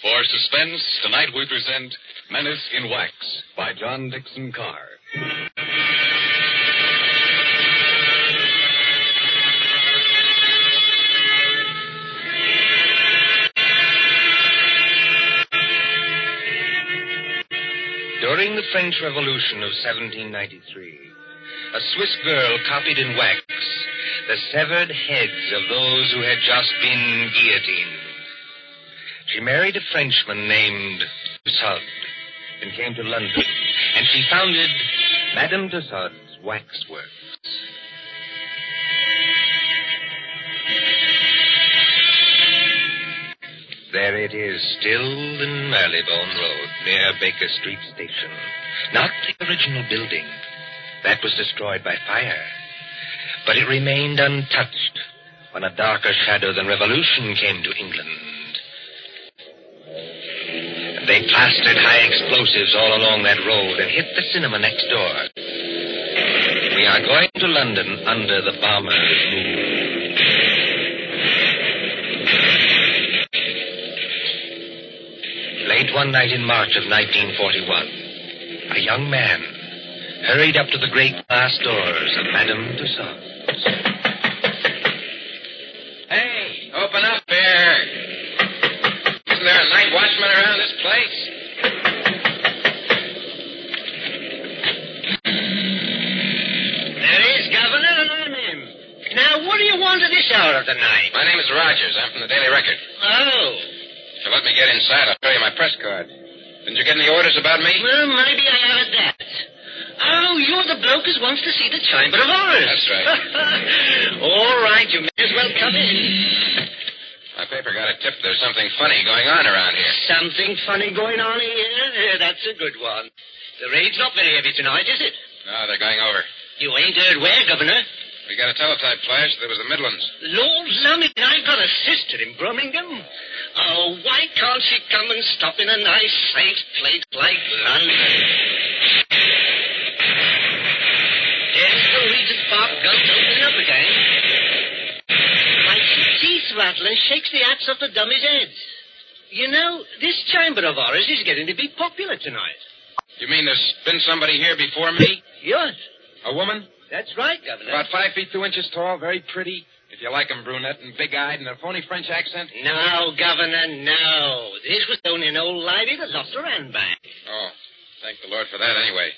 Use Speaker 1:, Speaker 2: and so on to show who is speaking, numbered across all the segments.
Speaker 1: For Suspense, tonight we present Menace in Wax by John Dixon Carr.
Speaker 2: During the French Revolution of 1793, a Swiss girl copied in wax the severed heads of those who had just been guillotined. She married a Frenchman named Tussaud and came to London, and she founded Madame Tussaud's Waxworks. There it is, still in Marylebone Road, near Baker Street Station. Not the original building. That was destroyed by fire. But it remained untouched when a darker shadow than revolution came to England. They plastered high explosives all along that road and hit the cinema next door. We are going to London under the bomber's moon. Late one night in March of 1941, a young man hurried up to the great glass doors of Madame Tussaud's.
Speaker 3: Hey, open up there. Isn't there a night watchman around this place?
Speaker 4: There is, Governor, and I'm him. Now, what do you want at this hour of the night?
Speaker 3: My name is Rogers. I'm from the Daily Record.
Speaker 4: Oh,
Speaker 3: So let me get inside. I'll show you my press card. Didn't you get any orders about me?
Speaker 4: well, maybe I have at that. Oh, you're the bloke who wants to see the Chamber of Horrors.
Speaker 3: That's right.
Speaker 4: All right, you may as well come in.
Speaker 3: My paper got a tip there's something funny going on around here.
Speaker 4: Something funny going on here? That's a good one. The rain's not very heavy tonight, is it?
Speaker 3: No, they're going over.
Speaker 4: You ain't heard where, Governor.
Speaker 3: We got a teletype flash. There was the Midlands.
Speaker 4: Lord Lummy, I've got a sister in Birmingham. Oh, why can't she come and stop in a nice, safe place like London? There's the Regent Park gulf opening up again. Like the teeth rattler shakes the hats off the dummies' heads. You know, this chamber of ours is getting to be popular tonight.
Speaker 3: You mean there's been somebody here before me?
Speaker 4: Yes,
Speaker 3: A woman?
Speaker 4: that's right, Governor.
Speaker 3: About five feet two inches tall, very pretty. If you like 'em, brunette and big eyed and a phony French accent.
Speaker 4: No, Governor, no. This was only an old lady that lost her handbag.
Speaker 3: Oh, thank the Lord for that anyway.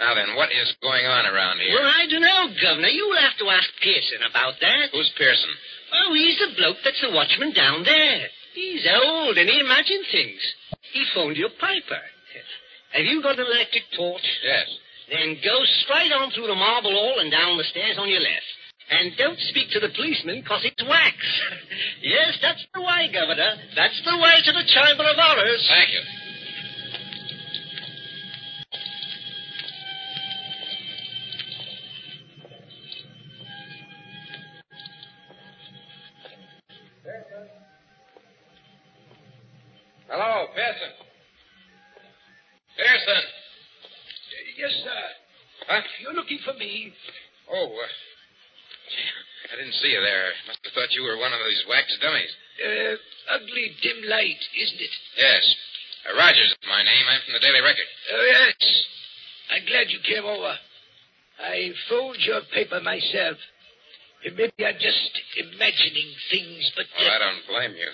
Speaker 3: Now then, what is going on around here?
Speaker 4: Well, I don't know, Governor. You'll have to ask Pearson about that.
Speaker 3: Who's Pearson?
Speaker 4: Oh, he's the bloke that's the watchman down there. He's old and he imagines things. He phoned your piper. Have you got an electric torch?
Speaker 3: Yes.
Speaker 4: Then go straight on through the marble hall and down the stairs on your left. And don't speak to the policeman, 'cause it's wax. yes, that's the way, Governor. That's the way to the Chamber of Horrors.
Speaker 3: Thank you. Hello, Pearson. Pearson.
Speaker 5: Yes, sir.
Speaker 3: Huh?
Speaker 5: You're looking for me.
Speaker 3: Oh, uh, I didn't see you there. Must have thought you were one of these wax dummies.
Speaker 5: Uh, ugly dim light, isn't it?
Speaker 3: Yes. Uh, Rogers is my name. I'm from the Daily Record.
Speaker 5: Oh, yes. I'm glad you came over. I fold your paper myself. Uh, Maybe I'm just imagining things, but.
Speaker 3: Well, I don't blame you.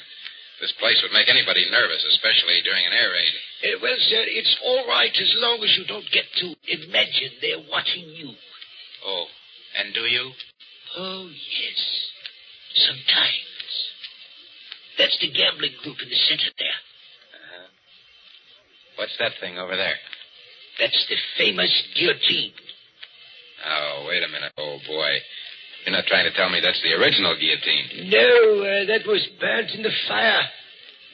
Speaker 3: This place would make anybody nervous, especially during an air raid.
Speaker 5: Uh, well, sir, it's all right as long as you don't get to imagine they're watching you.
Speaker 3: Oh, and do you?
Speaker 5: Oh, yes. Sometimes. That's the gambling group in the center there.
Speaker 3: Uh-huh. What's that thing over there?
Speaker 5: That's the famous guillotine.
Speaker 3: Oh, wait a minute, old boy. You're not trying to tell me that's the original guillotine.
Speaker 5: No, uh, that was burnt in the fire.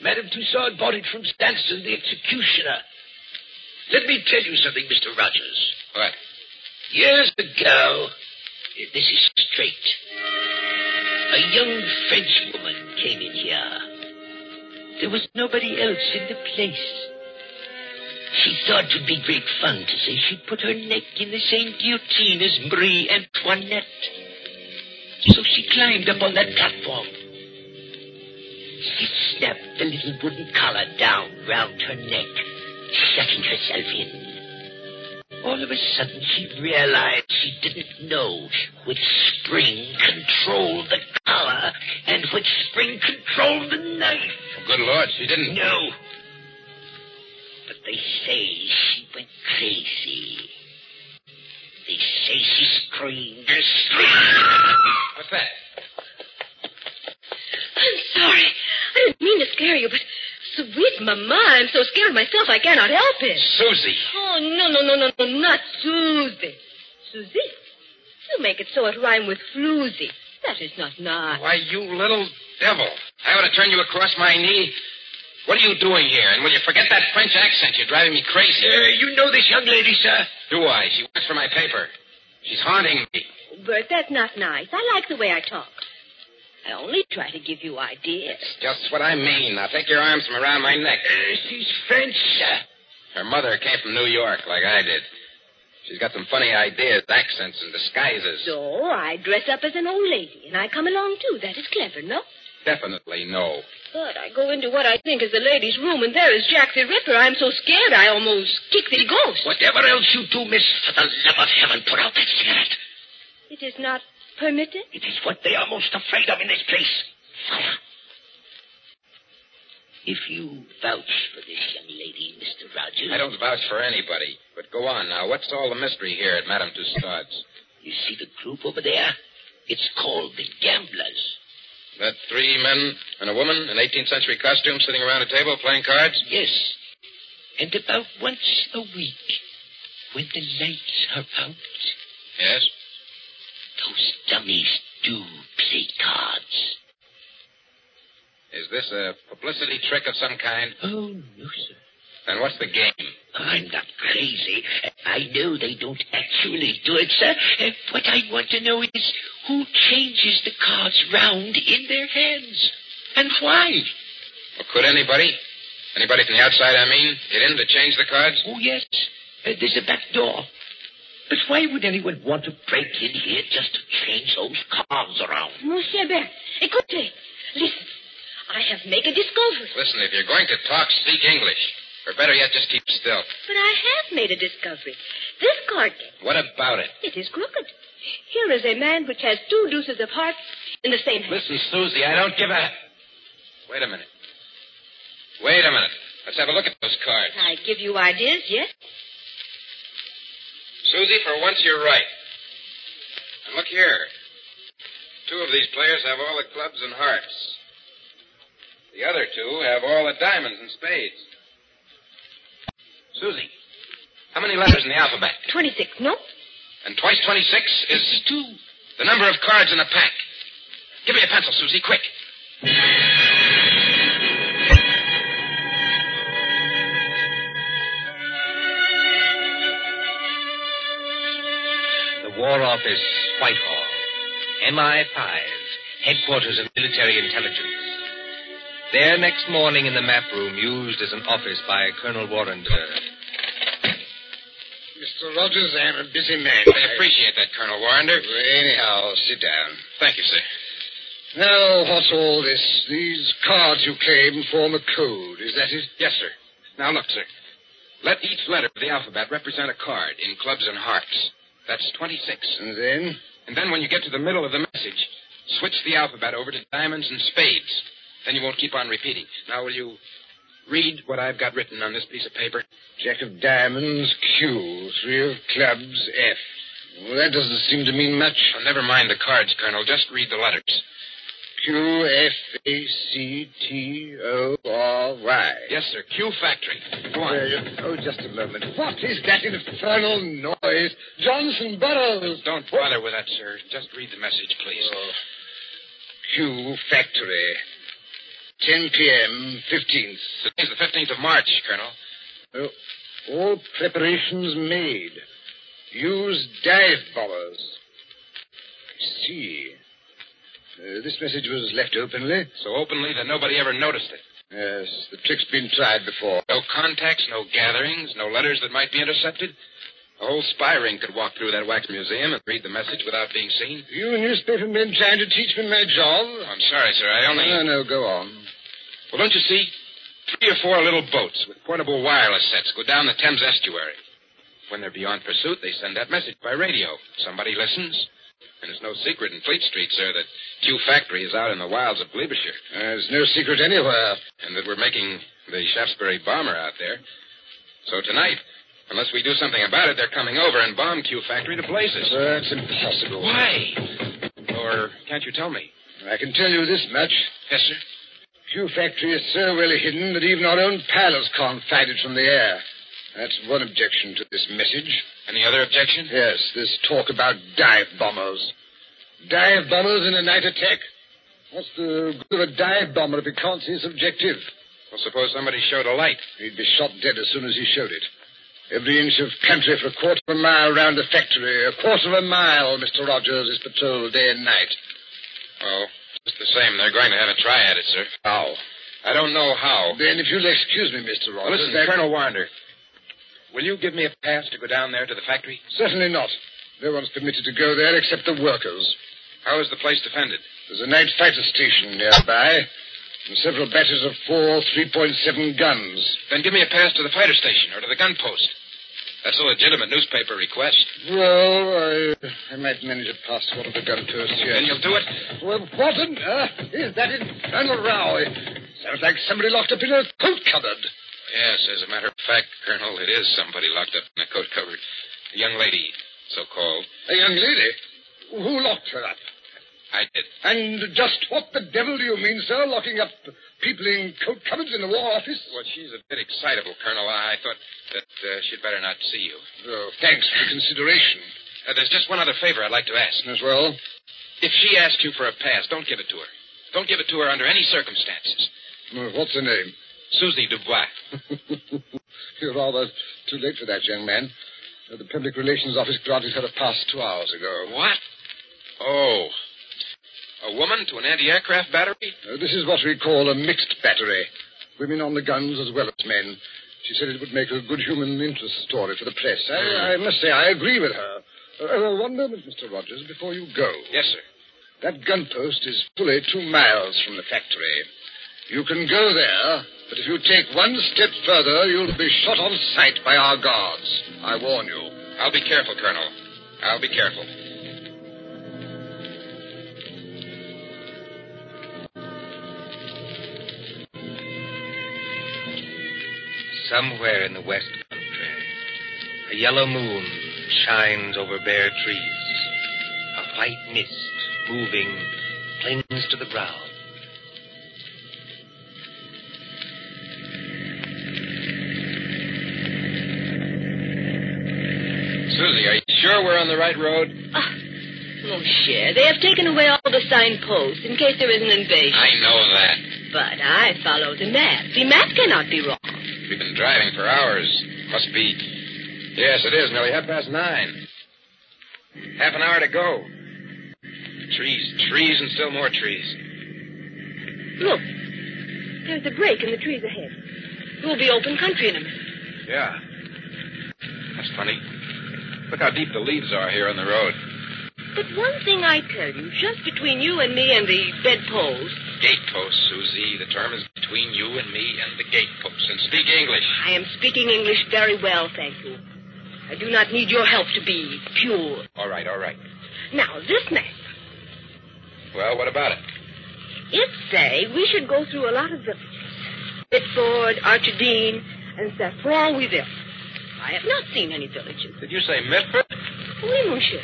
Speaker 5: Madame Tussaud bought it from Stanson, the executioner. Let me tell you something, Mr. Rogers.
Speaker 3: What?
Speaker 5: Years ago, this is straight. A young French woman came in here. There was nobody else in the place. She thought it would be great fun to say she'd put her neck in the same guillotine as Marie Antoinette. So she climbed up on that platform. It snapped the little wooden collar down round her neck, shutting herself in. All of a sudden, she realized she didn't know which spring controlled the collar and which spring controlled the knife.
Speaker 1: Good Lord, she didn't.
Speaker 5: No. But they say she went crazy. They say she screamed and screamed.
Speaker 2: What's that?
Speaker 6: I'm sorry. I didn't mean to scare you, but sweet mamma, I'm so scared myself I cannot help it.
Speaker 2: Susie.
Speaker 6: Oh, no, no, no, no, no, not Susie. Susie? You make it so it rhyme with floozy. That is not nice.
Speaker 3: Why, you little devil. I ought to turn you across my knee. What are you doing here? And will you forget that French accent? You're driving me crazy.
Speaker 2: you know this young lady, sir?
Speaker 3: Do I? She works for my paper. She's haunting me.
Speaker 6: Bert, that's not nice. I like the way I talk. I only try to give you ideas.
Speaker 3: Just what I mean. Now take your arms from around my neck.
Speaker 5: She's French, sir.
Speaker 3: Her mother came from New York, like I did. She's got some funny ideas, accents, and disguises.
Speaker 6: So I dress up as an old lady, and I come along too. That is clever, no?
Speaker 3: Definitely no.
Speaker 6: But I go into what I think is the ladies' room, and there is Jack the Ripper. I'm so scared I almost kick the ghost.
Speaker 5: Whatever else you do, miss, for the love of heaven, put out that cigarette.
Speaker 6: It is not permitted?
Speaker 5: It is what they are most afraid of in this place. Fire. If you vouch for this young lady, Mr. Rogers.
Speaker 3: I don't vouch for anybody. But go on now. What's all the mystery here at Madame Tussaud's?
Speaker 5: You see the group over there? It's called the Gamblers.
Speaker 3: That three men and a woman in 18th century costume sitting around a table playing cards?
Speaker 5: Yes. And about once a week, when the lights are out,
Speaker 3: Yes.
Speaker 5: those dummies do play cards.
Speaker 3: Is this a publicity trick of some kind?
Speaker 5: Oh, no, sir.
Speaker 3: Then what's the game?
Speaker 5: I'm not crazy. I know they don't actually do it, sir. Uh, What I want to know is who changes the cards round in their hands and why.
Speaker 3: Well, could anybody? Anybody from the outside, I mean, get in to change the cards?
Speaker 5: Oh, yes, uh, there's a back door. But why would anyone want to break in here just to change those cards around?
Speaker 6: Monsieur Bert, écoutez. Listen, I have made a discovery.
Speaker 3: Listen, if you're going to talk, speak English. Or better yet, just keep still.
Speaker 6: But I have made a discovery. This card game,
Speaker 3: What about it?
Speaker 6: it is crooked. Here is a man which has two deuces of hearts in the same hand.
Speaker 3: Listen, Susie, I don't give a. Wait a minute. Wait a minute. Let's have a look at those cards.
Speaker 6: I give you ideas, yes?
Speaker 3: Susie, for once you're right. And look here. Two of these players have all the clubs and hearts. The other two have all the diamonds and spades. Susie, how many letters in the alphabet?
Speaker 6: 26, no?
Speaker 3: And twice 26 is two. The number of cards in a pack. Give me a pencil, Susie, quick.
Speaker 2: The War Office, Whitehall. MI5, headquarters of military intelligence. There next morning in the map room used as an office by Colonel Warrender.
Speaker 3: Mr. Rogers, I am a busy man. I appreciate that, Colonel Warrender. Anyhow, sit down. Thank you, sir.
Speaker 7: Now, what's all this? These cards you claim form a code, is that it?
Speaker 3: Yes, sir. Now, look, sir. Let each letter of the alphabet represent a card in clubs and hearts. That's 26.
Speaker 7: And then?
Speaker 3: And then when you get to the middle of the message, switch the alphabet over to diamonds and spades. Then you won't keep on repeating. Now, will you read what I've got written on this piece of paper?
Speaker 7: Jack of diamonds, Q. Three of clubs, F. Well, that doesn't seem to mean much.
Speaker 3: Oh, never mind the cards, Colonel. Just read the letters.
Speaker 7: Q, F, A, C, T, O, R, Y.
Speaker 3: Yes, sir. Q Factory. Go on.
Speaker 7: Uh, oh, just a moment. What is that infernal noise? Johnson Burroughs.
Speaker 3: Don't bother with that, sir. Just read the message, please.
Speaker 7: Q Factory. 10 p.m., 15th.
Speaker 3: Today's the 15th of March, Colonel.
Speaker 7: Oh, all preparations made. Use dive bombers. I see. Uh, this message was left openly.
Speaker 3: So openly that nobody ever noticed it.
Speaker 7: Yes, the trick's been tried before.
Speaker 3: No contacts, no gatherings, no letters that might be intercepted. A whole spy ring could walk through that wax museum and read the message without being seen.
Speaker 7: You newspaper men trying to teach me my job?
Speaker 3: I'm sorry, sir. I only.
Speaker 7: No, no, go on.
Speaker 3: Well, don't you see? Three or four little boats with portable wireless sets go down the Thames estuary. When they're beyond pursuit, they send that message by radio. Somebody listens. And it's no secret in Fleet Street, sir, that Q Factory is out in the wilds of Gloucestershire.
Speaker 7: There's no secret anywhere.
Speaker 3: And that we're making the Shaftesbury bomber out there. So tonight, unless we do something about it, they're coming over and bomb Q Factory to places.
Speaker 7: That's impossible.
Speaker 3: Why? Or can't you tell me?
Speaker 7: I can tell you this much.
Speaker 3: Yes, sir.
Speaker 7: Q Factory is so well hidden that even our own pilots can't find it from the air. That's one objection to this message.
Speaker 3: Any other objection?
Speaker 7: Yes, this talk about dive bombers. Dive bombers in a night attack? What's the good of a dive bomber if he can't see his objective?
Speaker 3: Well, suppose somebody showed a light.
Speaker 7: He'd be shot dead as soon as he showed it. Every inch of country for a quarter of a mile round the factory. A quarter of a mile, Mr. Rogers is patrolled day and night.
Speaker 3: Oh, just the same. They're going to have a try at it, sir.
Speaker 7: How?
Speaker 3: I don't know how.
Speaker 7: Then, if you'll excuse me, Mr. Rogers.
Speaker 3: Listen,
Speaker 7: I-
Speaker 3: Colonel Wander. Will you give me a pass to go down there to the factory?
Speaker 7: Certainly not. No one's permitted to go there except the workers.
Speaker 3: How is the place defended?
Speaker 7: There's a night fighter station nearby, and several batteries of four 3.7 guns.
Speaker 3: Then give me a pass to the fighter station or to the gun post. That's a legitimate newspaper request.
Speaker 7: Well, I, I might manage a pass to one of the gun posts here.
Speaker 3: Then you'll do it.
Speaker 7: Well, what on earth is that infernal row? It sounds like somebody locked up in a coat cupboard.
Speaker 3: Yes, as a matter of fact, Colonel, it is somebody locked up in a coat cupboard. A young lady, so called.
Speaker 7: A young lady? Who locked her up?
Speaker 3: I did.
Speaker 7: And just what the devil do you mean, sir, locking up people in coat cupboards in the War Office?
Speaker 3: Well, she's a bit excitable, Colonel. I thought that uh, she'd better not see you.
Speaker 7: Oh, thanks for the consideration.
Speaker 3: Uh, there's just one other favor I'd like to ask.
Speaker 7: As well,
Speaker 3: If she asks you for a pass, don't give it to her. Don't give it to her under any circumstances.
Speaker 7: Uh, What's her name?
Speaker 3: Susie Dubois.
Speaker 7: You're rather too late for that, young man. Uh, The public relations office granted her a pass two hours ago.
Speaker 3: What? Oh. A woman to an anti aircraft battery?
Speaker 7: Uh, This is what we call a mixed battery. Women on the guns as well as men. She said it would make a good human interest story for the press. I, I must say, I agree with her. Uh, uh, one moment, Mr. Rogers, before you go.
Speaker 3: Yes, sir.
Speaker 7: That gun post is fully two miles from the factory. You can go there, but if you take one step further, you'll be shot on sight by our guards. I warn you.
Speaker 3: I'll be careful, Colonel. I'll be careful.
Speaker 2: Somewhere in the west country, a yellow moon shines over bare trees. A white mist, moving, clings to the ground.
Speaker 3: Susie, are you sure we're on the right road?
Speaker 6: Ah, Monsieur, they have taken away all the signposts in case there is an invasion.
Speaker 3: I know that.
Speaker 6: But I follow the map. The map cannot be wrong.
Speaker 3: We've been driving for hours. Must be. Yes, it is nearly half past nine. Half an hour to go. Trees, trees, and still more trees.
Speaker 6: Look, there's a break in the trees ahead. It will be open country in a minute.
Speaker 3: Yeah. That's funny. Look how deep the leaves are here on the road.
Speaker 6: But one thing I tell you, just between you and me and the bedpost,
Speaker 3: Gatepost, Susie. The term is between you and me and the gatepost. And speak English.
Speaker 6: I am speaking English very well, thank you. I do not need your help to be pure.
Speaker 3: All right, all right.
Speaker 6: Now, this map,
Speaker 3: Well, what about it?
Speaker 6: it say we should go through a lot of villages. Bitford, Archidine, and that's for all we there. I have not seen any villages.
Speaker 3: Did you say Mitford?
Speaker 6: Oui, monsieur.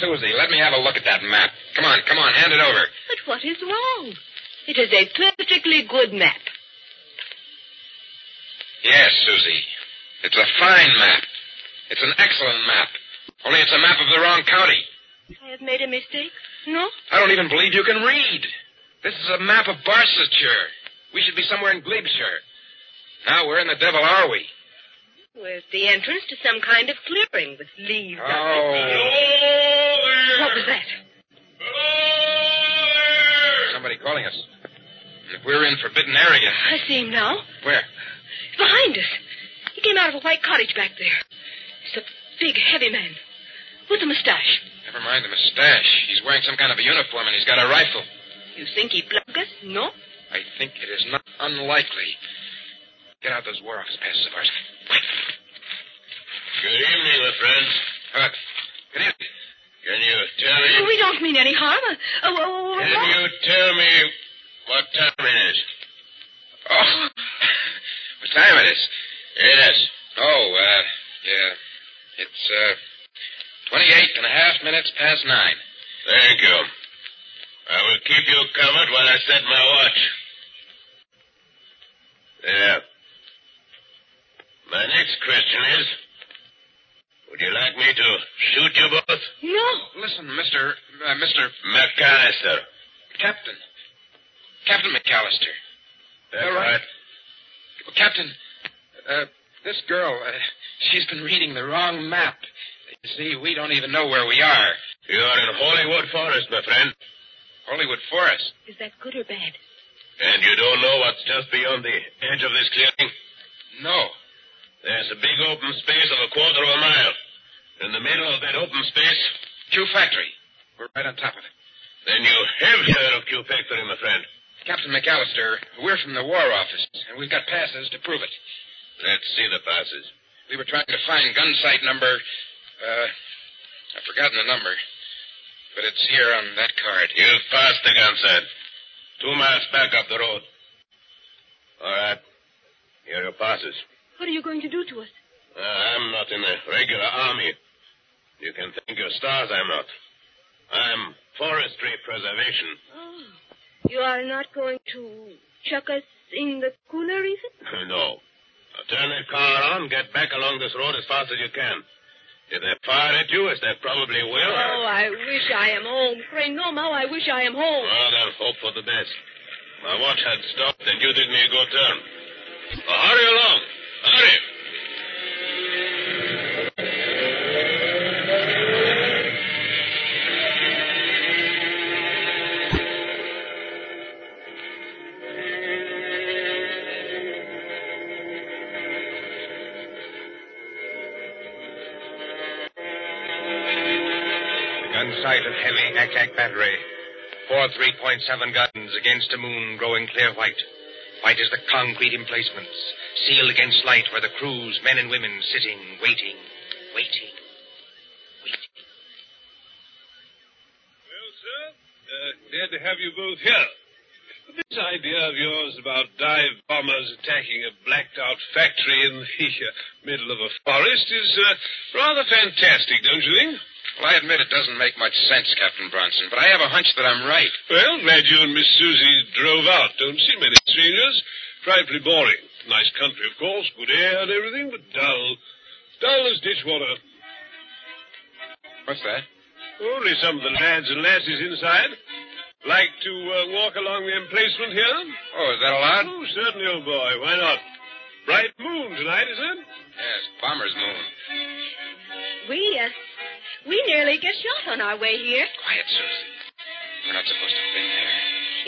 Speaker 3: Susie, let me have a look at that map. Come on, come on, hand it over.
Speaker 6: But what is wrong? It is a perfectly good map.
Speaker 3: Yes, Susie. It's a fine map. It's an excellent map. Only it's a map of the wrong county.
Speaker 6: I have made a mistake. No?
Speaker 3: I don't even believe you can read. This is a map of Barsetshire. We should be somewhere in Glebeshire. Now, where in the devil are we?
Speaker 6: Where's the entrance to some kind of clearing with leaves? on it. What was that?
Speaker 3: Somebody calling us. If we're in forbidden area.
Speaker 6: I see him now.
Speaker 3: Where?
Speaker 6: Behind us. He came out of a white cottage back there. He's a big, heavy man with a mustache.
Speaker 3: Never mind the mustache. He's wearing some kind of a uniform and he's got a rifle.
Speaker 6: You think he plugged us? No?
Speaker 3: I think it is not unlikely. Get out those Warrocks passes of ours.
Speaker 8: Good evening, my friends.
Speaker 3: Uh, good evening.
Speaker 8: Can you tell
Speaker 9: Oh,
Speaker 8: me?
Speaker 9: we don't mean any harm.
Speaker 6: Uh,
Speaker 9: Oh, oh, oh, oh,
Speaker 8: Can you tell me what time it is?
Speaker 3: Oh, what time it is?
Speaker 8: Yes.
Speaker 3: Oh, uh, yeah. It's, uh, 28 and a half minutes past nine.
Speaker 8: Thank you. I will keep you covered while I set my watch. There. My next question is Would you like me to shoot you both?
Speaker 9: no.
Speaker 3: Listen, Mr. Uh, Mr.
Speaker 8: McAllister.
Speaker 3: Captain. Captain McAllister.
Speaker 8: That's
Speaker 3: All right.
Speaker 8: right.
Speaker 3: Well, Captain, uh, this girl, uh, she's been reading the wrong map. You see, we don't even know where we are.
Speaker 8: You are in Hollywood Forest, my friend,
Speaker 3: Hollywood Forest.
Speaker 9: Is that good or bad?
Speaker 8: and you don't know what's just beyond the edge of this clearing.
Speaker 3: No.
Speaker 8: There's a big open space of a quarter of a mile. In the middle of that open space,
Speaker 3: Q Factory. We're right on top of it.
Speaker 8: then you have heard of Q Factory, my friend.
Speaker 3: Captain McAllister, we're from the War Office, and we've got passes to prove it.
Speaker 8: Let's see the passes.
Speaker 3: We were trying to find gun sight number. Uh, I've forgotten the number, but it's here on that card.
Speaker 8: You've passed the gun sight. Two miles back up the road. All right. Here are your passes.
Speaker 9: What are you going to do to us?
Speaker 8: Uh, I'm not in the regular army. You can thank your stars I'm not. I'm forestry preservation.
Speaker 9: Oh, you are not going to chuck us in the cooler, is it?
Speaker 8: no. Now turn that car on, get back along this road as fast as you can. If they fire at you, as they probably will.
Speaker 9: Oh, I wish I am home. Pray, no, Mao, I wish I am home.
Speaker 8: Well, then hope for the best. My watch had stopped, and you did me a good turn. Now, hurry along. Hurry.
Speaker 3: The gun sight of heavy ack battery. Four 3.7 guns against a moon growing clear white. White as the concrete emplacements, sealed against light where the crews, men and women, sitting, waiting, waiting, waiting.
Speaker 10: Well, sir, uh, glad to have you both here. This idea of yours about dive bombers attacking a blacked-out factory in the middle of a forest is uh, rather fantastic, don't you think?
Speaker 3: Well, I admit it doesn't make much sense, Captain Bronson, but I have a hunch that I'm right.
Speaker 10: Well, glad you and Miss Susie drove out. Don't see many strangers. Trifling boring. Nice country, of course, good air and everything, but dull. Dull as ditch water.
Speaker 3: What's that?
Speaker 10: Only some of the lads and lasses inside like to uh, walk along the emplacement here.
Speaker 3: Oh, is that allowed?
Speaker 10: Oh, certainly, old boy. Why not? Bright moon tonight, is it?
Speaker 3: Yes, Bomber's Moon.
Speaker 9: We, uh, we nearly get shot on our way here.
Speaker 3: Quiet, Susie. We're not supposed to have been there.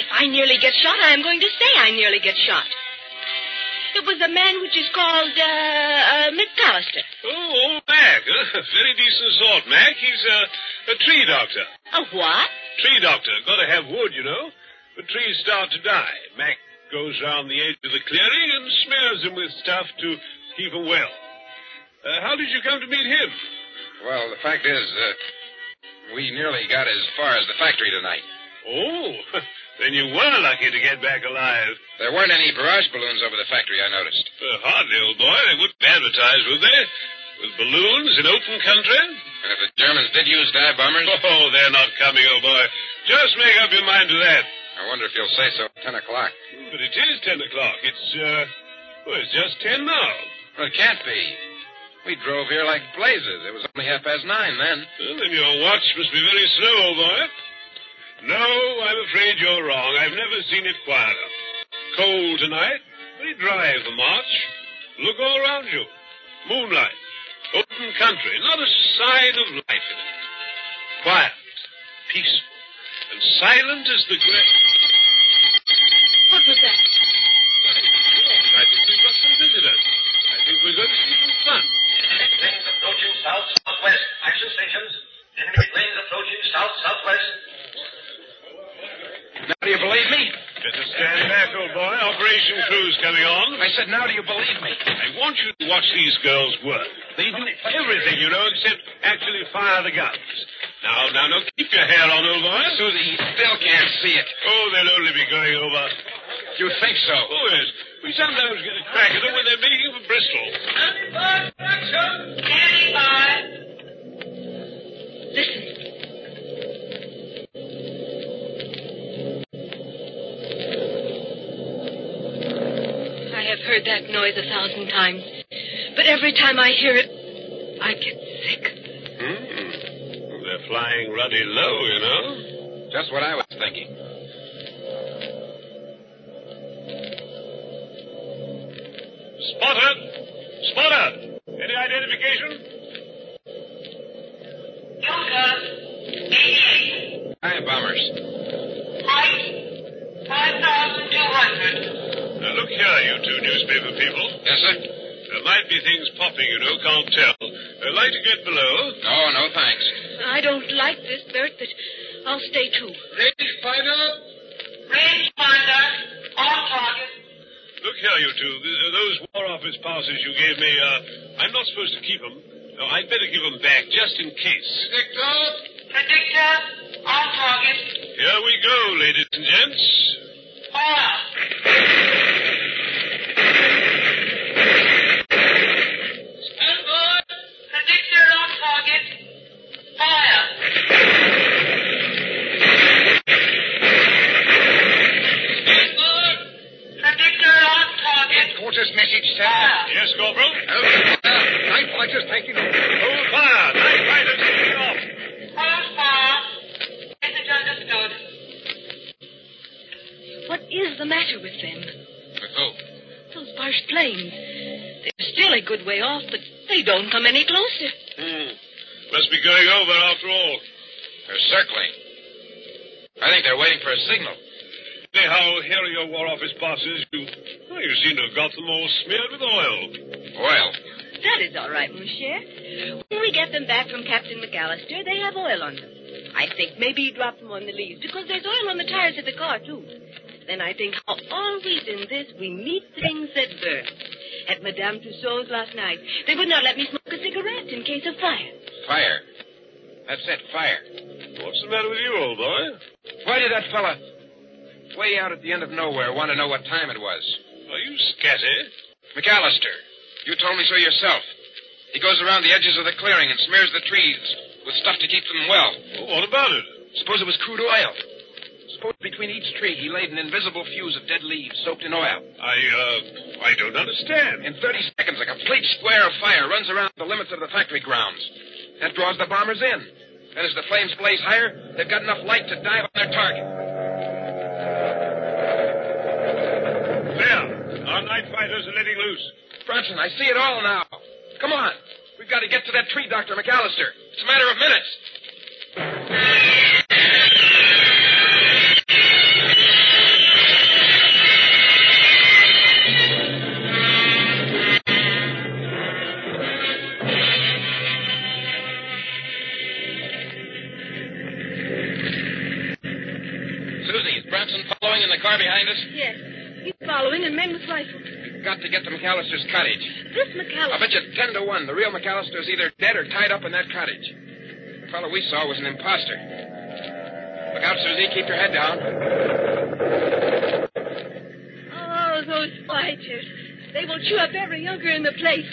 Speaker 9: If I nearly get shot, I am going to say I nearly get shot. It was the man which is called, uh, uh McAllister.
Speaker 10: Oh, old Mac. huh? Very decent sort, Mac. He's uh, a tree doctor.
Speaker 9: A what?
Speaker 10: Tree doctor. Gotta have wood, you know. The trees start to die. Mac goes round the edge of the clearing and smears them with stuff to keep 'em well. Uh, how did you come to meet him?
Speaker 3: Well, the fact is, uh, we nearly got as far as the factory tonight.
Speaker 10: Oh, then you were lucky to get back alive.
Speaker 3: There weren't any barrage balloons over the factory, I noticed.
Speaker 10: Uh, hardly, old boy. They wouldn't advertise, would they? With balloons in open country?
Speaker 3: And if the Germans did use dive bombers,
Speaker 10: Oh, they're not coming, old boy. Just make up your mind to that.
Speaker 3: I wonder if you'll say so at 10 o'clock.
Speaker 10: But it is ten o'clock. It's uh, well, it's just ten now.
Speaker 3: Well, it can't be. We drove here like blazes. It was only half past nine then.
Speaker 10: Well, then your watch must be very slow, old boy. No, I'm afraid you're wrong. I've never seen it quieter. Cold tonight, very dry for March. Look all around you. Moonlight, open country, not a sign of life in it. Quiet, peaceful, and silent as the grave.
Speaker 9: What was that?
Speaker 10: I think we've got some visitors. I think we're going to see some fun.
Speaker 11: Planes approaching south southwest. Action stations. Enemy planes approaching south southwest.
Speaker 3: Now, do you believe me?
Speaker 10: Just stand Tobacco boy, Operation Crew's coming on.
Speaker 2: I said, now do you believe me?
Speaker 10: I want you to watch these girls work. They do everything, you know, except actually fire the guns. Now, now, now, keep your hair on, old boy.
Speaker 2: Susie, he still can't see it.
Speaker 10: Oh, they'll only be going over.
Speaker 2: You think so?
Speaker 10: Oh, yes. We sometimes get a crack at them when they're making for Bristol.
Speaker 9: I have heard that noise a thousand times, but every time I hear it, I get sick.
Speaker 10: Hmm. They're flying ruddy low, you know.
Speaker 3: Just what I was thinking.
Speaker 10: Spotted! Spotted! Any identification?
Speaker 3: Hi, bombers.
Speaker 10: Now, look here, you two newspaper people.
Speaker 3: Yes, sir?
Speaker 10: There might be things popping, you know, can't tell. I'd like to get below.
Speaker 3: No, no, thanks.
Speaker 9: I don't like this, Bert, but I'll stay true.
Speaker 10: Look here, you two. th- uh, Those War Office passes you gave me, uh, I'm not supposed to keep them. No, I'd better give them back just in case. Here we go, ladies and gents.
Speaker 2: Quarters message, sir.
Speaker 10: Yes, Corporal?
Speaker 7: Ah! Oh, Night fighters taking off.
Speaker 10: Hold fire. Night riders taking off.
Speaker 9: What is the matter with them?
Speaker 3: With who?
Speaker 9: Those Bosch planes. They're still a good way off, but they don't come any closer.
Speaker 10: Hmm. Must be going over after all.
Speaker 3: They're circling. I think they're waiting for a signal.
Speaker 10: Anyhow, here are your War Office passes. You, well, you seem to have got them all smeared with oil.
Speaker 3: Oil.
Speaker 6: That is all right, Monsieur. When we get them back from Captain McAllister, they have oil on them. I think maybe he dropped them on the leaves because there's oil on the tires of the car, too. Then I think how always in this we meet things that burn. At Madame Tussaud's last night, they would not let me smoke a cigarette in case of fire.
Speaker 3: Fire. That's it, fire.
Speaker 10: What's the matter with you, old boy?
Speaker 3: Why did that fella way out at the end of nowhere want to know what time it was?
Speaker 10: Are you scatty?
Speaker 3: McAllister, you told me so yourself. He goes around the edges of the clearing and smears the trees with stuff to keep them well.
Speaker 10: Well, what about it?
Speaker 3: Suppose it was crude oil. Suppose between each tree he laid an invisible fuse of dead leaves soaked in oil.
Speaker 10: I, uh, I don't understand.
Speaker 3: In 30 seconds, a complete square of fire runs around the limits of the factory grounds. That draws the bombers in. And as the flames blaze higher, they've got enough light to dive on their target.
Speaker 10: There. Our night fighters are letting loose.
Speaker 3: Bronson, I see it all now. Come on. We've got to get to that tree, Dr. McAllister. It's a matter of minutes. Susie, is Bronson following in the car behind us?
Speaker 6: Yes. He's following, and men with rifles.
Speaker 3: We've got to get to McAllister's cottage.
Speaker 6: This
Speaker 3: I
Speaker 6: McAllister.
Speaker 3: bet you ten to one the real McAllister's either dead or tied up in that cottage. The fellow we saw was an imposter. Look out, Susie. Keep your head down.
Speaker 6: Oh, those fighters. They will chew up every hooker in the place.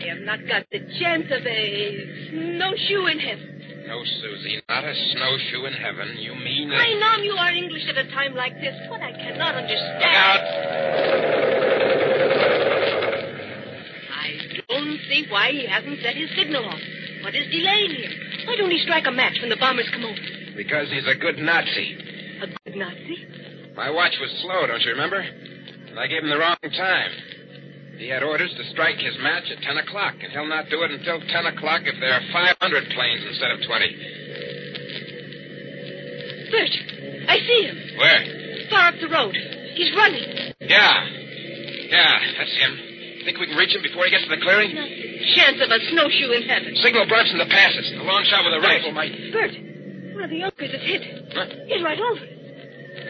Speaker 6: They have not got the chance of a snowshoe in heaven.
Speaker 3: No, Susie, not a snowshoe in heaven. You mean
Speaker 6: I
Speaker 3: it.
Speaker 6: know you are English at a time like this, but I cannot
Speaker 3: Look
Speaker 6: understand.
Speaker 3: out.
Speaker 6: I don't see why he hasn't set his signal off. What is delaying him? Why don't he strike a match when the bombers come over?
Speaker 3: Because he's a good Nazi.
Speaker 6: A good Nazi?
Speaker 3: My watch was slow, don't you remember? And I gave him the wrong time. He had orders to strike his match at 10 o'clock, and he'll not do it until 10 o'clock if there are 500 planes instead of 20.
Speaker 6: Bert, I see him.
Speaker 3: Where?
Speaker 6: Far up the road. He's running.
Speaker 3: Yeah. Yeah, that's him. Think we can reach him before he gets to the clearing?
Speaker 6: Not the chance of a snowshoe in heaven.
Speaker 3: Signal Brunson to pass us. A long shot with a rifle might.
Speaker 6: Bert, one of the uncles is hit.
Speaker 3: Huh?
Speaker 6: He's right over.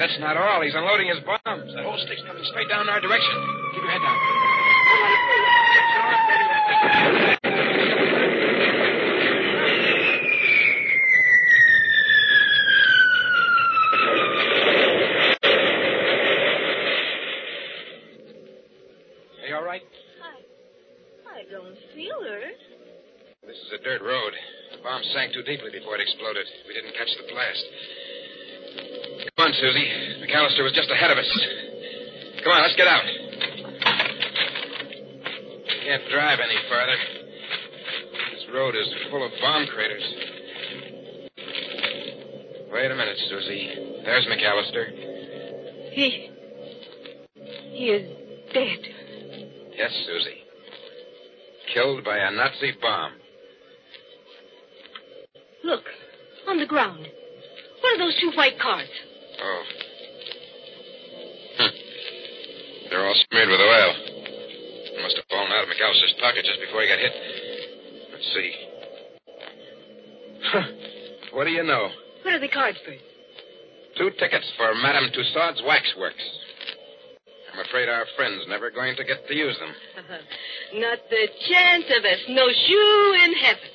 Speaker 3: That's not all. He's unloading his bombs. That whole stick's coming straight down our direction. Keep your head down. Are you all right?
Speaker 6: I don't feel hurt.
Speaker 3: This is a dirt road. The bomb sank too deeply before it exploded. We didn't catch the blast. Come on, Susie. McAllister was just ahead of us. Come on, let's get out. Can't drive any farther. This road is full of bomb craters. Wait a minute, Susie. There's McAllister.
Speaker 9: He. He is dead.
Speaker 3: Yes, Susie. Killed by a Nazi bomb.
Speaker 9: Look, on the ground. What are those two white cards?
Speaker 3: Oh. Huh. Hmm. They're all smeared with oil. It must have fallen out of McAllister's pocket just before he got hit. Let's see. Huh. What do you know?
Speaker 9: What are the cards for?
Speaker 3: Two tickets for Madame Tussaud's Waxworks. I'm afraid our friend's never going to get to use them.
Speaker 6: Uh-huh.
Speaker 9: Not the chance of us. No shoe in heaven.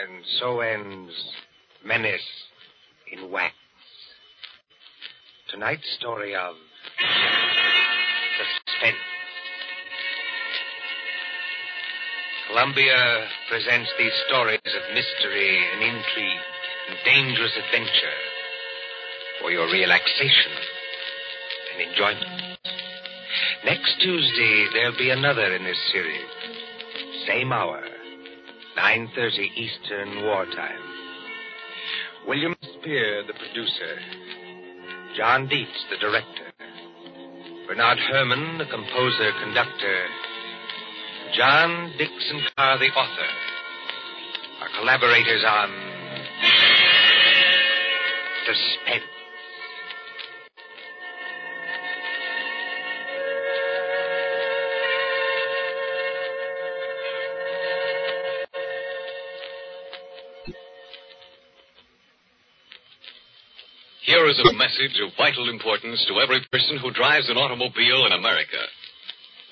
Speaker 2: And so ends Menace in Wax. Tonight's story of suspense. Columbia presents these stories of mystery and intrigue and dangerous adventure for your relaxation and enjoyment. Next Tuesday, there'll be another in this series. Same hour, 9.30 Eastern Wartime. William Spear, the producer. John Dietz, the director. Bernard Herman, the composer, conductor. John Dixon Carr, the author. Our collaborators on Suspense.
Speaker 1: Here is a message of vital importance to every person who drives an automobile in America.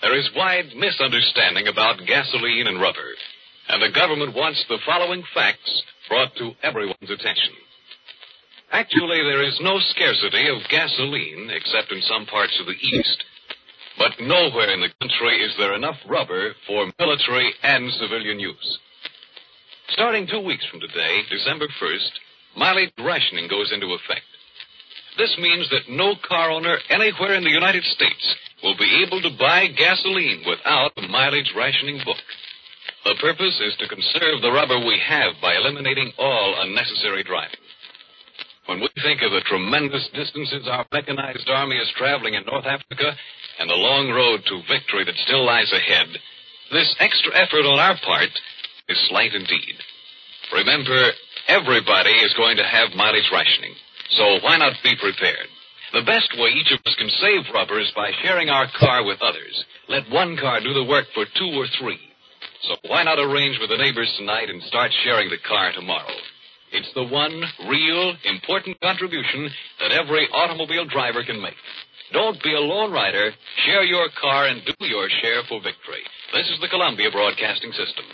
Speaker 1: There is wide misunderstanding about gasoline and rubber, and the government wants the following facts brought to everyone's attention. Actually, there is no scarcity of gasoline except in some parts of the East, but nowhere in the country is there enough rubber for military and civilian use. Starting two weeks from today, December 1st, mileage rationing goes into effect. This means that no car owner anywhere in the United States will be able to buy gasoline without a mileage rationing book. The purpose is to conserve the rubber we have by eliminating all unnecessary driving. When we think of the tremendous distances our mechanized army is traveling in North Africa and the long road to victory that still lies ahead, this extra effort on our part is slight indeed. Remember, everybody is going to have mileage rationing, so why not be prepared? The best way each of us can save rubber is by sharing our car with others. Let one car do the work for two or three. So why not arrange with the neighbors tonight and start sharing the car tomorrow? It's the one real important contribution that every automobile driver can make. Don't be a lone rider. Share your car and do your share for victory. This is the Columbia Broadcasting System.